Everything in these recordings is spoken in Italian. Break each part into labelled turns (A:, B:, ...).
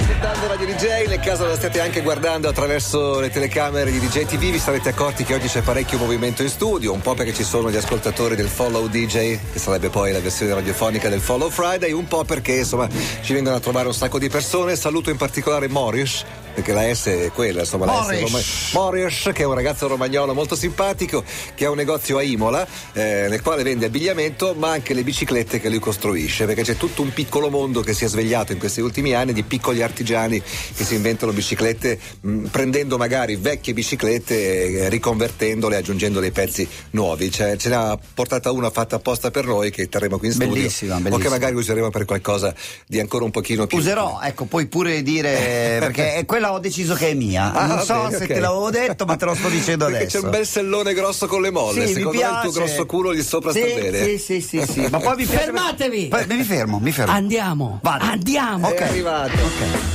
A: ascoltando Radio DJ, nel caso la stiate anche guardando attraverso le telecamere di DJ TV, vi sarete accorti che oggi c'è parecchio movimento in studio, un po' perché ci sono gli ascoltatori del Follow DJ, che sarebbe poi la versione radiofonica del Follow Friday, un po' perché insomma ci vengono a trovare un sacco di persone. Saluto in particolare Morris, perché la S è quella, insomma, la S
B: Morris.
A: Roma- Morris, che è un ragazzo romagnolo molto simpatico, che ha un negozio a Imola, eh, nel quale vende abbigliamento, ma anche le biciclette che lui costruisce, perché c'è tutto un piccolo mondo che si è svegliato in questi ultimi anni di piccoli artigiani che si inventano biciclette, mh, prendendo magari vecchie biciclette, eh, riconvertendole, aggiungendo dei pezzi nuovi. Cioè, ce n'ha portata una fatta apposta per noi, che terremo qui in studio,
B: Bellissima,
A: o che
B: bellissima.
A: magari useremo per qualcosa di ancora un pochino più...
B: Userò, ecco, puoi pure dire perché è- quella ho deciso che è mia.
A: Ah,
B: non
A: va
B: so
A: bene,
B: se
A: ok.
B: te l'avevo detto, ma te lo sto dicendo
A: Perché
B: adesso.
A: c'è un bel sellone grosso con le molle.
B: Sì,
A: Secondo
B: mi
A: me il tuo
B: piace.
A: grosso culo gli sopra
B: sì,
A: sta bene.
B: Sì, sì, sì, sì. Ma poi mi piace-
C: Fermatevi! Ah,
B: Poi- mi fermo, mi fermo.
C: Andiamo!
B: Vado.
C: Andiamo!
A: È arrivato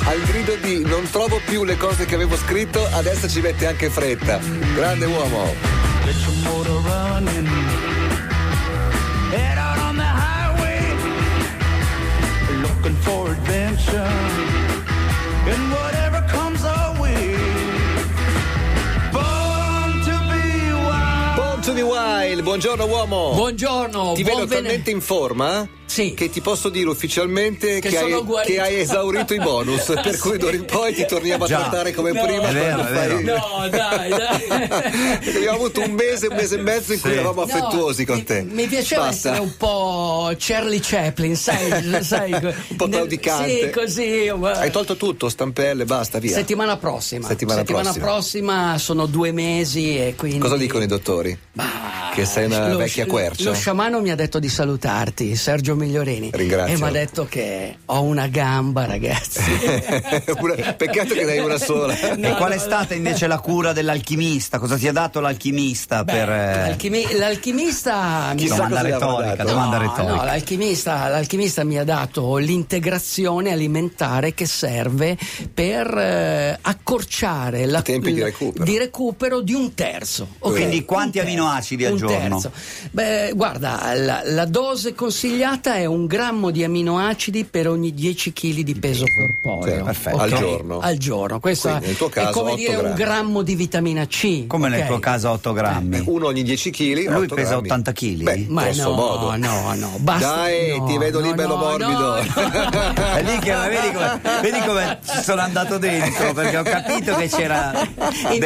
A: al grido di non trovo più le cose che avevo scritto, adesso ci mette anche fretta. Grande uomo.
D: Get your motor running. Head out on the highway. Looking for adventure. And whatever comes our way. Born to be wild.
A: Born to the Wild, buongiorno uomo.
C: Buongiorno,
A: ti vedo
C: buon
A: talmente
C: venerdì.
A: in forma
C: Sì.
A: che ti posso dire ufficialmente
C: Che
A: che,
C: sono
A: hai,
C: guarito.
A: che hai esaurito i bonus. per cui
C: Sì.
A: d'ora in poi ti torniamo a
B: Già.
A: trattare come
C: No.
A: prima.
C: È
B: vero,
A: quando
B: è vero.
A: fai-
C: No, dai, dai.
A: Abbiamo avuto un mese, un mese e mezzo in cui
B: Sì.
A: eravamo
C: No,
A: affettuosi con
C: mi-
A: te.
C: Mi piaceva
A: Basta.
C: essere un po' Charlie Chaplin, sai? sai
A: Un po'
C: nel-
A: claudicante.
C: Sì, così. ma-
A: Hai tolto tutto, stampelle, basta, via.
C: Settimana prossima.
A: Settimana prossima.
C: prossima sono due mesi e quindi.
A: Cosa dicono i dottori?
C: Ma-
A: Che sei una
C: lo-
A: vecchia quercia.
C: Lo sciamano mi ha detto di salutarti, Sergio Migliorini.
A: Ringrazio.
C: E mi ha detto che ho una gamba, ragazzi.
A: Una- Peccato che ne hai una sola.
C: No,
B: e qual è
C: no,
B: stata invece la cura dell'alchimista? Cosa ti ha dato l'alchimista per eh,
C: L'alchimi- l'alchimista mi
A: Chissà
C: sa-
B: domanda
A: cosa gli avrà
B: retorica,
A: dato.
B: domanda
C: Certo. No,
B: retorica.
C: no, l'alchimista, l'alchimista mi ha dato l'integrazione alimentare che serve per eh, accorciare la,
A: I tempi di recupero.
C: di recupero di un terzo. ok?
B: Quindi quanti
C: Un terzo,
B: aminoacidi al
C: un
B: giorno?
C: terzo. Beh, guarda, la, la dose consigliata è un grammo di aminoacidi per ogni 10 kg di peso corporeo.
A: Sì, perfetto.
C: ok?
A: Al giorno.
C: Al giorno. Questo
A: Quindi, nel tuo caso,
C: è come
A: otto
C: dire un
A: grammi.
C: grammo di vitamina C.
B: come nel
C: ok?
B: tuo caso 8 grammi?
A: Uno ogni 10 kg.
B: Lui pesa 80 chili?
A: Beh,
C: Ma
A: grosso
C: no,
A: modo.
C: no, no, basta.
A: Dai,
C: no,
A: ti vedo
C: no,
A: libero
C: no,
A: morbido.
C: no, no.
B: È lì che vedi come, vedi come ci sono andato dentro perché ho capito che c'era
C: Invece sono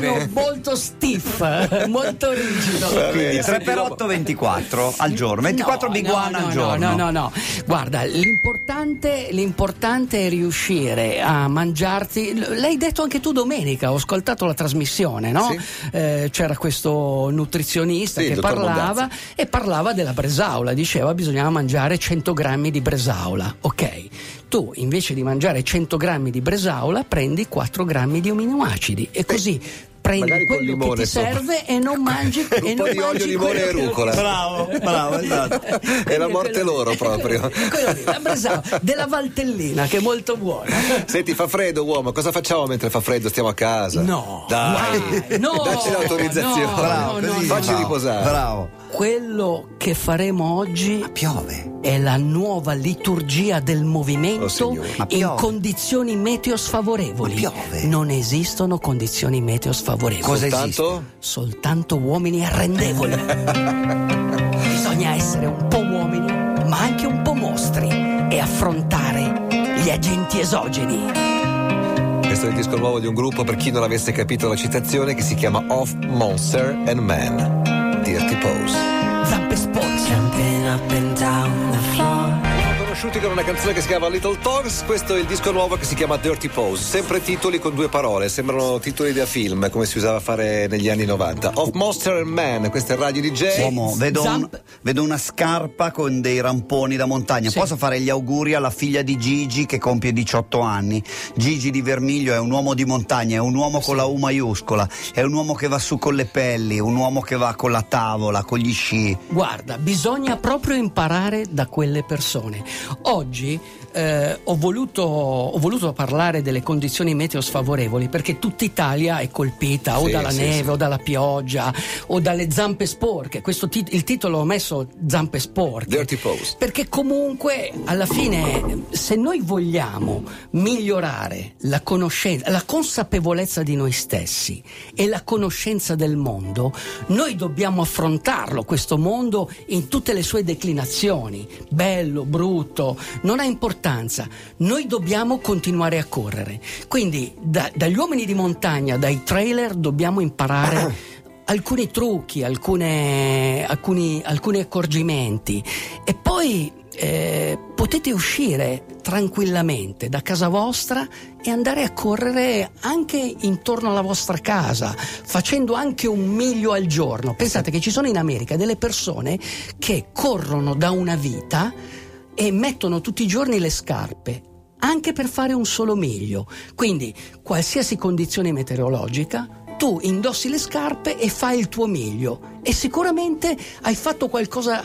B: dell'adipe.
C: molto stiff, molto rigido.
B: Quindi
A: Senti,
B: 3 per 8 24 al giorno, 24
C: No,
B: biguana
C: no,
B: al
C: no,
B: giorno.
C: No, no, no. Guarda, l'importante, l'importante è riuscire a mangiarti. l- L'hai detto anche tu domenica, ho ascoltato la trasmissione, no? Eh, c'era questo nutrizionista
A: Sì,
C: che
A: dottor
C: parlava
A: Mondazzi.
C: e parlava della bresaola. Diceva bisognava mangiare 100 grammi di bresaola. Ok. Tu invece di mangiare 100 grammi di bresaola prendi 4 grammi di aminoacidi e così prendi
A: magari col
C: quello che
A: limone
C: ti
A: sopra.
C: serve e non mangi
A: Un
C: e
A: po'
C: non
A: di olio,
C: mangi
A: limone
C: quello
A: e
C: che-
A: rucola.
B: Bravo, bravo, esatto.
A: È la morte
C: Quello-
A: loro proprio.
C: Quello lì, la bresaola della Valtellina che è molto buona.
A: Senti, fa freddo, uomo. Cosa facciamo mentre fa freddo? Stiamo a casa.
C: No,
A: Dai,
C: guai, no,
A: dacci l'autorizzazione.
C: no, Bravo, no,
B: così,
C: no,
A: Facci
C: no.
A: riposare.
B: Bravo.
C: Quello che faremo oggi
B: Piove.
C: è la nuova liturgia del
A: Oh,
C: movimento
A: signore.
B: Ma
C: in
B: piove.
C: condizioni meteo sfavorevoli.
B: Ma piove.
C: Non esistono condizioni meteo sfavorevoli.
B: Cosa
A: Soltanto?
C: Soltanto uomini arrendevoli. Bisogna essere un po' uomini, ma anche un po' mostri e affrontare gli agenti esogeni.
A: Questo è il disco nuovo di un gruppo, per chi non avesse capito la citazione, che si chiama Off Monster and Man. Dirty Pose.
C: Zampe sporche.
A: conosciuti con una canzone che si chiama Little Talks, questo è il disco nuovo che si chiama Dirty Pose, sempre titoli con due parole, sembrano titoli da film come si usava a fare negli anni 90. Of Monster and Man, questo è Radio DJ.
B: Uomo, vedo, un-
C: Zamp.
B: vedo una scarpa con dei ramponi da montagna.
C: Sì.
B: Posso fare gli auguri alla figlia di Gigi che compie 18 anni. Gigi di Vermiglio è un uomo di montagna, è un uomo con la U maiuscola, è un uomo che va su con le pelli, un uomo che va con la tavola, con gli sci.
C: Guarda, bisogna proprio imparare da quelle persone. Oggi eh, ho, voluto, ho voluto parlare delle condizioni meteo sfavorevoli perché tutta Italia è colpita o
A: Sì,
C: dalla
A: sì,
C: neve
A: sì.
C: o dalla pioggia o dalle zampe sporche. Questo tit- il titolo ho messo zampe sporche.
A: Dirty Post.
C: Perché comunque alla fine se noi vogliamo migliorare la conoscenza, la consapevolezza di noi stessi e la conoscenza del mondo, noi dobbiamo affrontarlo questo mondo in tutte le sue declinazioni, bello, brutto, non ha importanza. Noi dobbiamo continuare a correre. Quindi da- dagli uomini di montagna, dai trailer dobbiamo imparare alcuni trucchi, alcune- alcuni, alcuni accorgimenti e poi eh, potete uscire tranquillamente da casa vostra e andare a correre anche intorno alla vostra casa, facendo anche un miglio al giorno. Pensate che ci sono in America delle persone che corrono da una vita e mettono tutti i giorni le scarpe anche per fare un solo miglio. Quindi, qualsiasi condizione meteorologica, tu indossi le scarpe e fai il tuo miglio e sicuramente hai fatto qualcosa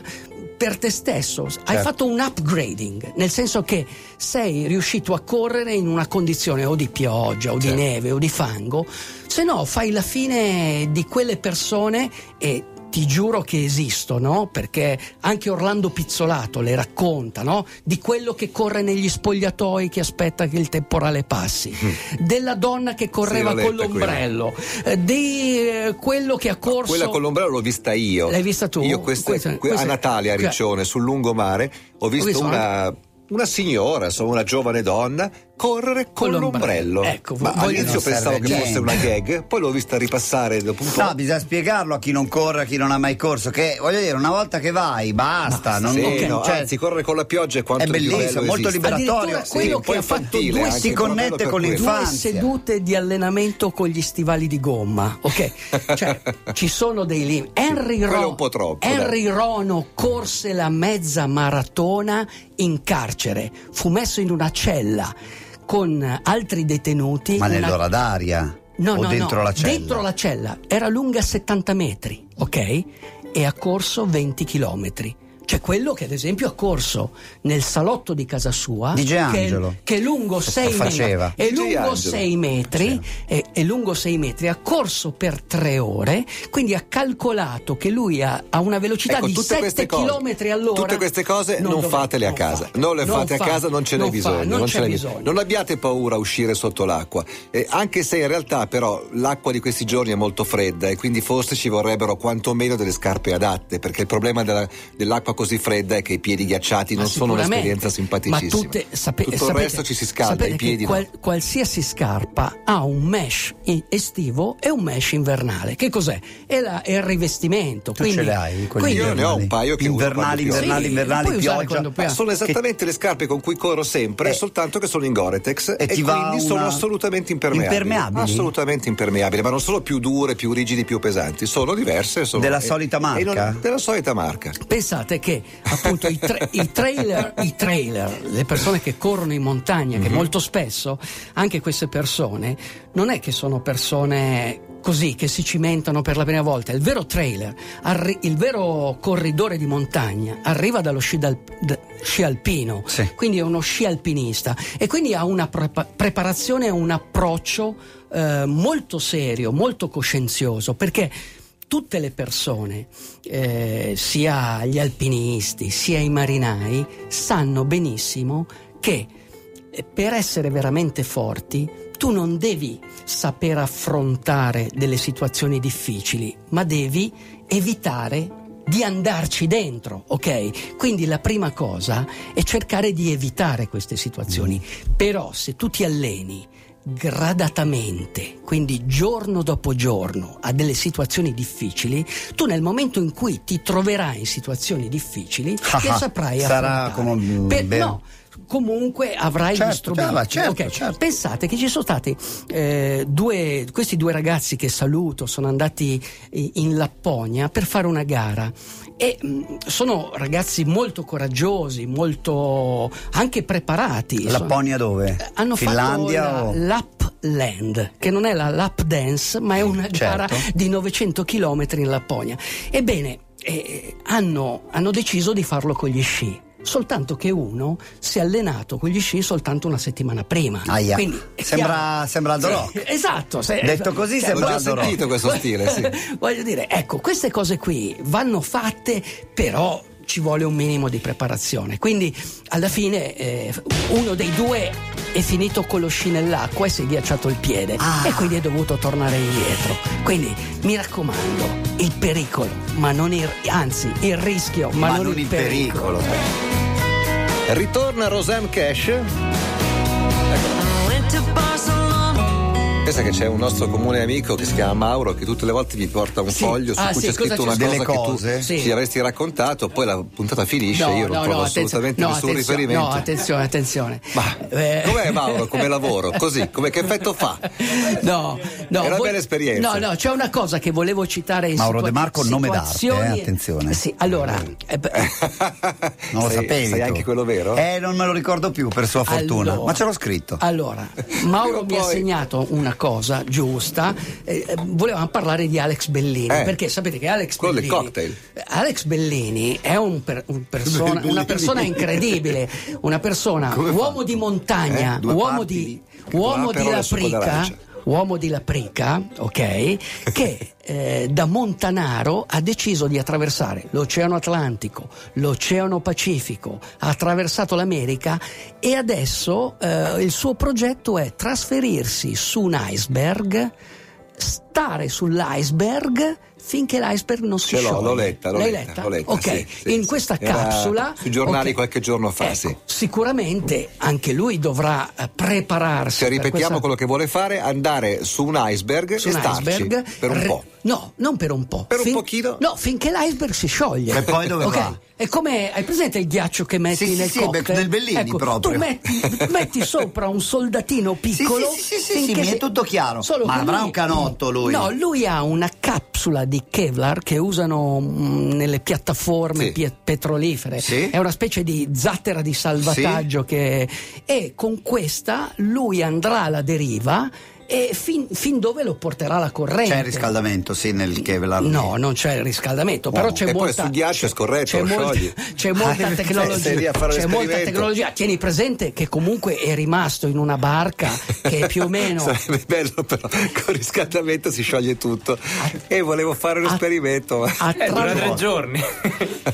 C: per te stesso, hai fatto un upgrading, nel senso che sei riuscito a correre in una condizione o di pioggia o di
A: Certo.
C: neve o di fango, se no fai la fine di quelle persone e ti giuro che esistono, perché anche Orlando Pizzolato le racconta, no? Di quello che corre negli spogliatoi che aspetta che il temporale passi, della donna che correva
A: l'ho
C: con
A: Mm. letta quella. Ah,
C: l'ombrello, eh, di eh, quello che ha corso.
A: Quella con l'ombrello l'ho vista io.
C: L'hai vista tu?
A: Io questa,
C: Questa-
A: que-
C: questa-
A: a Natale a
C: cioè-
A: Riccione, sul lungomare, ho visto,
C: visto eh?
A: una, una signora, insomma una giovane donna, correre con,
C: Con l'ombrello.
A: l'ombrello.
C: Ecco,
A: Ma
C: voglio-
A: all'inizio
B: non serve
A: pensavo che
B: niente.
A: fosse una gag, poi l'ho vista ripassare dopo un po'.
B: No, bisogna spiegarlo a chi non corre, a chi non ha mai corso, che voglio dire, una volta che vai, basta, non,
A: Sì,
B: non-
A: no,
B: cioè,
A: anzi, correre con la pioggia è quanto
B: è bellissimo, è molto
A: liberatorio.
B: liberatorio.
C: Addirittura quello che ha fatto
A: infantile
C: due
A: anche,
B: si
A: proprio
B: connette
A: per
B: con
A: quello.
B: l'infanzia.
C: due sedute di allenamento con gli stivali di gomma, ok? Cioè, ci sono dei limiti. Henry,
A: quello
C: Ro-
A: è un po' troppo,
C: Henry Rono corse la mezza maratona in carcere, fu messo in una cella con altri detenuti.
B: Ma
C: una-
B: nell'ora d'aria?
C: No,
B: o
C: no,
B: dentro
C: no,
B: la cella?
C: dentro la cella. Era lunga 70 metri, ok? E ha corso 20 chilometri. Cioè quello che ad esempio ha corso nel salotto di casa sua,
B: DJ
C: che,
B: Angelo.
C: che è lungo 6
B: Faceva.
C: metri, è
A: DJ
C: lungo
A: Angelo.
C: 6 metri, è, è lungo 6 metri, ha corso per 3 ore, quindi ha calcolato che lui ha, ha una velocità
A: Ecco,
C: di
A: tutte
C: 7
A: queste cose-
C: km all'ora.
A: Tutte queste cose non,
C: dovrebbe-
A: fatele a
C: non
A: casa.
C: fare.
A: Non le
C: Non
A: fate
C: fa-
A: a casa, non ce n'è
C: non fa,
A: bisogno.
C: non
A: ce
C: c'è
A: n'è
C: bisogno.
A: Non abbiate paura a uscire sotto l'acqua. Eh, anche se in realtà, però, l'acqua di questi giorni è molto fredda e quindi forse ci vorrebbero quantomeno delle scarpe adatte. Perché il problema della- dell'acqua così fredda è che i piedi ghiacciati
C: Ma
A: non sono
C: sicuramente.
A: un'esperienza simpaticissima.
C: Ma tutte, sape-
A: Tutto
C: sapete-
A: il resto ci si scalda,
C: sapete
A: i
C: che
A: piedi. no.
C: qual- qualsiasi scarpa ha un mesh i- estivo e un mesh invernale. Che cos'è? È, la- è il rivestimento.
B: Tu
C: quindi,
B: ce l'hai quelli
A: Io
B: invernali?
A: ne ho un paio che uso
B: invernali,
A: quando
B: invernali,
C: piove.
B: invernali,
C: Sì, puoi usare
B: pioggia.
C: quando
A: Ma
C: piove.
A: sono esattamente le scarpe con cui corro sempre,
B: Eh.
A: soltanto che sono in Goretex e,
B: E ti va
A: quindi sono
B: una-
A: assolutamente impermeabili.
B: Impermeabili?
A: Assolutamente impermeabili, ma non sono più dure, più rigidi, più pesanti, sono diverse. Sono...
B: Della
A: e-
B: solita marca?
A: e non- della solita marca.
C: Pensate che appunto i, tra- i trailer, i trailer, le persone che corrono in montagna, che molto spesso anche queste persone non è che sono persone così che si cimentano per la prima volta. Il vero trailer, arri- il vero corridore di montagna arriva dallo sci, dal- da- sci alpino,
B: Sì.
C: quindi è uno sci alpinista e quindi ha una prepa- preparazione e un approccio eh, molto serio, molto coscienzioso, perché tutte le persone, eh, sia gli alpinisti, sia i marinai, sanno benissimo che eh, per essere veramente forti tu non devi saper affrontare delle situazioni difficili, ma devi evitare di andarci dentro, ok? Quindi la prima cosa è cercare di evitare queste situazioni. Però se tu ti alleni gradatamente, quindi giorno dopo giorno, a delle situazioni difficili, tu nel momento in cui ti troverai in situazioni difficili,
B: Ah,
C: che saprai
B: sarà
C: affrontare.
B: come un
C: Per-
B: bel-
C: no, comunque avrai
B: Certo,
C: gli strumenti.
B: chiaro, certo,
C: Ok,
B: certo.
C: Pensate che ci sono stati eh, due, questi due ragazzi che saluto, sono andati eh, in Lapponia per fare una gara e mh, sono ragazzi molto coraggiosi, molto anche preparati. Sono-
B: Lapponia dove?
C: eh, hanno
B: Finlandia
C: fatto
B: o...
C: la lap land, che non è la lap dance, ma è una gara
B: Certo.
C: di 900 km in Lapponia. Ebbene, eh, hanno, hanno deciso di farlo con gli sci. soltanto che uno si è allenato con gli sci soltanto una settimana prima.
B: Aia.
C: Quindi, è
B: Sembra,
C: chiaro.
B: sembra Aldo Rock.
C: Esatto, se-
B: Detto così
C: Cioè,
B: sembra
A: L'ho già
B: Aldo Rock.
A: sentito questo stile, sì.
C: Voglio dire, ecco, queste cose qui vanno fatte, però ci vuole un minimo di preparazione. Quindi alla fine eh, uno dei due è finito con lo sci nell'acqua e si è ghiacciato il piede
B: Ah.
C: e quindi è dovuto tornare indietro. Quindi mi raccomando, il pericolo, ma non il anzi, il rischio, ma, non, il pericolo.
A: Ritorna Roseanne Cash. Pensa che c'è un nostro comune amico che si chiama Mauro che tutte le volte gli porta un
C: Sì.
A: foglio su
C: Ah,
A: cui
C: sì,
A: c'è
C: cosa
A: scritto
C: c'è
A: una
B: scritto?
A: cosa
B: Delle
A: che tu
B: cose?
C: Sì.
A: ci avresti raccontato, poi la puntata finisce, io non trovo assolutamente
C: no,
A: nessun
C: attenzione,
A: riferimento.
C: No, attenzione, attenzione.
A: Ma
C: Eh.
A: com'è Mauro come lavoro? Così, come che effetto fa?
C: No, no,
A: È una
C: voi-
A: bella esperienza.
C: No, no, c'è una cosa che volevo citare in
B: Mauro De
C: situa-
B: Marco, nome d'arte,
C: situazioni-
B: eh, attenzione.
C: Sì, allora,
A: Mm.
C: eh, beh,
B: Non lo
A: Sei-
B: sapevi.
A: Sei
B: tu.
A: anche quello vero?
B: Eh, non me lo ricordo più per sua fortuna,
C: Allora.
B: ma ce l'ho scritto.
C: Allora,
A: Prima
C: Mauro mi ha
A: o poi.
C: segnato una cosa giusta. eh, eh, volevamo parlare di Alex Bellini,
A: Eh.
C: perché sapete che Alex
A: Quello del
C: Bellini.
A: cocktail.
C: eh, Alex Bellini è un per- un persona- una persona incredibile, una persona, uomo di montagna,
A: Eh, due
C: uomo
A: parti
C: di,
A: di-
C: uomo
A: una
C: di
A: parola
C: la
A: su quella
C: prica.
A: lancia.
C: Uomo di Laprica, ok, che eh, da Montanaro ha deciso di attraversare l'Oceano Atlantico, l'Oceano Pacifico, ha attraversato l'America e adesso eh, il suo progetto è trasferirsi su un iceberg, stare sull'iceberg finché l'iceberg non si
A: Ce l'ho,
C: scioglie.
A: l'ho letta, l'ho
C: L'hai
A: letta,
C: letta?
A: l'ho letta,
C: ok,
A: sì, sì,
C: in
A: sì.
C: questa
A: Era
C: capsula
A: sui giornali
C: ok.
A: qualche giorno fa,
C: Ecco,
A: sì.
C: Sicuramente anche lui dovrà eh, prepararsi
A: Se
C: per
A: ripetiamo
C: questa-
A: quello che vuole fare, andare su un iceberg
C: su
A: e
C: un
A: starci
C: iceberg
A: per un
C: re-
A: po'.
C: No, non per un po'.
A: Per un pochino?
C: No, finché l'iceberg si scioglie.
B: E poi dove
C: Ok,
B: va?
C: È come hai presente il ghiaccio che metti
B: Sì, sì,
C: nel
B: sì,
C: cocktail?
B: beh, del Bellini
C: Ecco,
B: proprio.
C: Tu metti, metti sopra un soldatino piccolo.
B: Sì, sì, sì, sì, sì,
C: finché
B: mi è
C: si-
B: tutto chiaro.
C: Solo
B: Ma
C: che
B: avrà
C: lui-
B: un canotto, lui?
C: No, lui ha una capsula di Kevlar che usano mh, nelle piattaforme
A: Sì.
C: pie- petrolifere.
B: Sì.
C: È una specie di zattera di salvataggio che e con questa lui andrà alla deriva e fin, fin dove lo porterà la corrente.
B: C'è il riscaldamento, sì, nel Kevlar.
C: No, non c'è il riscaldamento,
A: Uomo.
C: però c'è
A: E poi
C: molta
A: sul ghiaccio è scorretto,
C: c'è
A: lo
C: molta,
A: sciogli.
C: c'è molta
B: Ah,
A: sei lì
C: tecnologia.
A: a fare
C: C'è molta
A: l'esperimento.
C: tecnologia. Tieni presente che comunque è rimasto in una barca che più o meno
A: Sarebbe bello, però con il riscaldamento si scioglie tutto. E volevo fare un
C: a-
A: esperimento. ma-
C: a
A: Eh,
C: tra-
A: dura tre giorni.
E: giorni.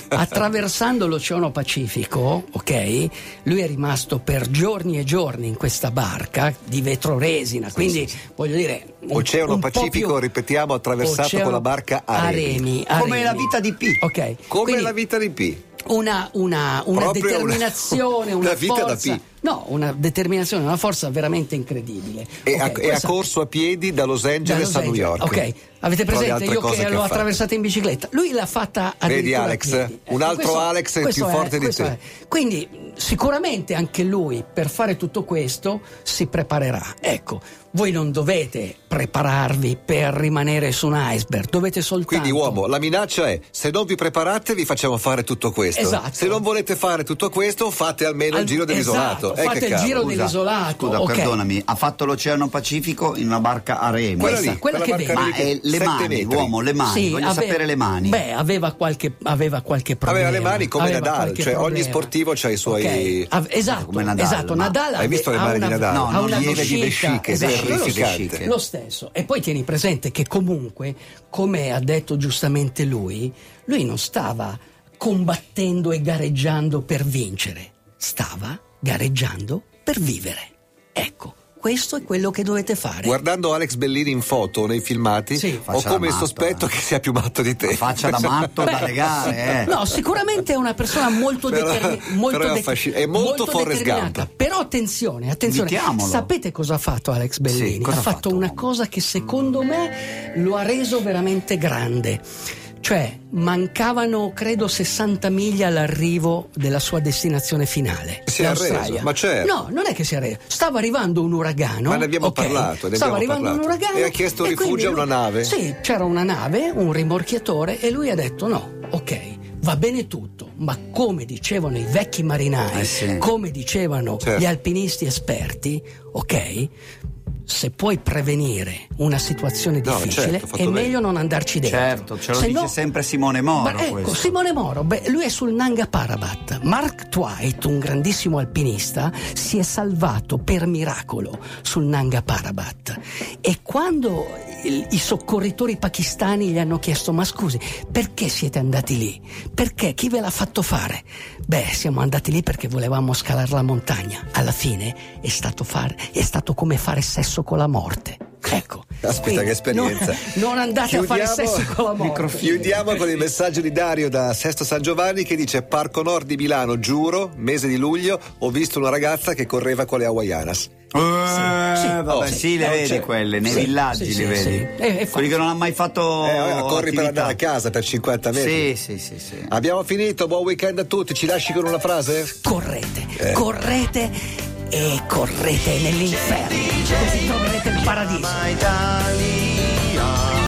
C: attraversando l'Oceano Pacifico, ok? Lui è rimasto per giorni e giorni in questa barca di vetro resina, quindi voglio dire un-
A: Oceano
C: un po'
A: Pacifico,
C: più-
A: ripetiamo, attraversato
C: Oceano-
A: con la barca a remi.
C: a
B: Come
C: remi.
B: la vita di P.
C: Ok.
A: Come
C: quindi-
A: la vita di P.
C: una, una- una
A: Proprio una-
C: determinazione, una,
A: una vita da
C: forza.
A: P.
C: No, una determinazione, una forza veramente incredibile.
A: E,
C: Ok,
A: ha, e ha
C: questa-
A: corso a piedi da Los
C: da
A: Angeles
C: Los
A: a New
C: Angeles.
A: York.
C: Ok, avete
A: Tra le
C: presente
A: altre
C: io
A: cose
C: che
A: ha
C: l'ho
A: fatto.
C: attraversata in bicicletta? Lui l'ha fatta a
A: Vedi,
C: addirittura a
A: Alex, eh?
C: piedi.
A: un
C: Ecco,
A: altro Alex è
C: questo
A: più forte di
C: questo
A: te.
C: è. Quindi sicuramente anche lui per fare tutto questo si preparerà. Ecco, voi non dovete prepararvi per rimanere su un iceberg, dovete soltanto
A: Quindi, uomo, la minaccia è: se non vi preparate, vi facciamo fare tutto questo.
C: Esatto.
A: Se non volete fare tutto questo, fate almeno
C: Al-
A: il giro dell'isolato.
C: esatto,
A: Eh,
C: fate
A: che
C: il
A: cavolo.
C: giro
B: Scusa,
C: dell'isolato,
B: Scusa,
C: ok.
B: perdonami, ha fatto l'oceano Pacifico in una barca a remi.
A: Quella
C: questa,
A: lì,
C: quella che
A: barca lì
C: vedi.
B: Ma eh, le
A: sette
B: mani,
A: metri.
B: uomo, le mani,
C: Sì,
B: voglio
C: ave-
B: sapere le mani.
C: Beh, aveva qualche, aveva qualche problema.
A: Aveva le mani come
C: aveva
A: Nadal,
C: qualche
A: cioè ogni
C: problema.
A: sportivo c'ha i suoi- Cioè,
C: Ok, av- esatto,
B: Come Nadal,
C: esatto.
B: ma-
C: Nadal
A: Hai visto le
C: ave-
A: mani
C: ha
A: di
C: una-
A: Nadal?
B: No,
C: ha
B: non
C: una
B: lieve di
C: vescica,
A: vesciche,
C: esatto, lo
A: terrificante.
C: lo stesso. E poi tieni presente che comunque, come ha detto giustamente lui, lui non stava combattendo e gareggiando per vincere, stava gareggiando per vivere. Ecco, questo è quello che dovete fare.
A: Guardando Alex Bellini in foto nei filmati,
C: Sì.
A: ho
B: Faccia da
A: come il
B: matto,
A: sospetto
B: eh.
A: che sia più matto di te.
B: Faccia da matto da
C: Beh,
B: legare, eh.
C: No, sicuramente è una persona molto
A: Però-
C: determinata. Molto
A: però è
C: de-
A: affasci- è molto Forrest
C: determinata.
A: Gump.
C: Però attenzione, attenzione.
B: Invitiamolo.
C: Sapete cosa ha fatto Alex Bellini?
B: Sì, cosa
C: ha
B: ha
C: fatto
B: fatto?
C: una cosa che secondo me lo ha reso veramente grande. Cioè, mancavano credo 60 miglia all'arrivo della sua destinazione finale.
A: Si è
C: l'Australia.
A: arreso, ma certo.
C: No, non è che si è reso. Stava arrivando un uragano.
A: Ma ne abbiamo
C: ok?
A: parlato, ne abbiamo
C: Stava arrivando
A: parlato.
C: un uragano.
A: E ha chiesto rifugio
C: quindi
A: a una nave.
C: Sì, e c'era una nave, un rimorchiatore e lui ha detto no, ok, va bene tutto, ma come dicevano i vecchi marinai,
B: Eh sì.
C: come dicevano
A: Certo.
C: gli alpinisti esperti, ok, se puoi prevenire una situazione
A: No,
C: difficile,
A: certo, fatto
C: è
A: bene.
C: meglio non andarci dentro.
B: Certo, ce lo
C: Se
B: dice
C: no-
B: sempre Simone Moro.
C: Beh, ecco,
B: questo.
C: Simone Moro, beh, lui è sul Nanga Parbat. Mark Twight, un grandissimo alpinista, si è salvato per miracolo sul Nanga Parbat. E quando il- i soccorritori pakistani gli hanno chiesto: Ma scusi, perché siete andati lì? Perché chi ve l'ha fatto fare? Beh, siamo andati lì perché volevamo scalare la montagna. Alla fine è stato, fare- è stato come fare sesso con la morte. Ecco.
A: Aspetta,
C: Quindi,
A: che esperienza.
C: Non, non andate a fare
A: Chiudiamo-
C: sesso con la morte.
A: Chiudiamo con il messaggio di Dario da Sesto San Giovanni che dice: Parco Nord di Milano, giuro, mese di luglio, ho visto una ragazza che correva con le Hawaianas.
B: Eh,
C: Sì, sì.
A: Oh,
B: vabbè, sì, le
A: eh,
B: vedi
A: cioè,
B: quelle, nei
C: sì,
B: villaggi
C: sì,
B: le vedi.
C: sì, sì. Eh, è
B: Quelli
C: facile.
B: che non hanno mai fatto.
A: Eh, allora corri per
B: attività.
A: andare a casa per 50 metri.
B: Sì, sì, sì, sì.
A: Abbiamo finito, buon weekend a tutti. Ci lasci con una frase?
C: correte, correte e correte nell'inferno, così troverete il paradiso.
D: My darling.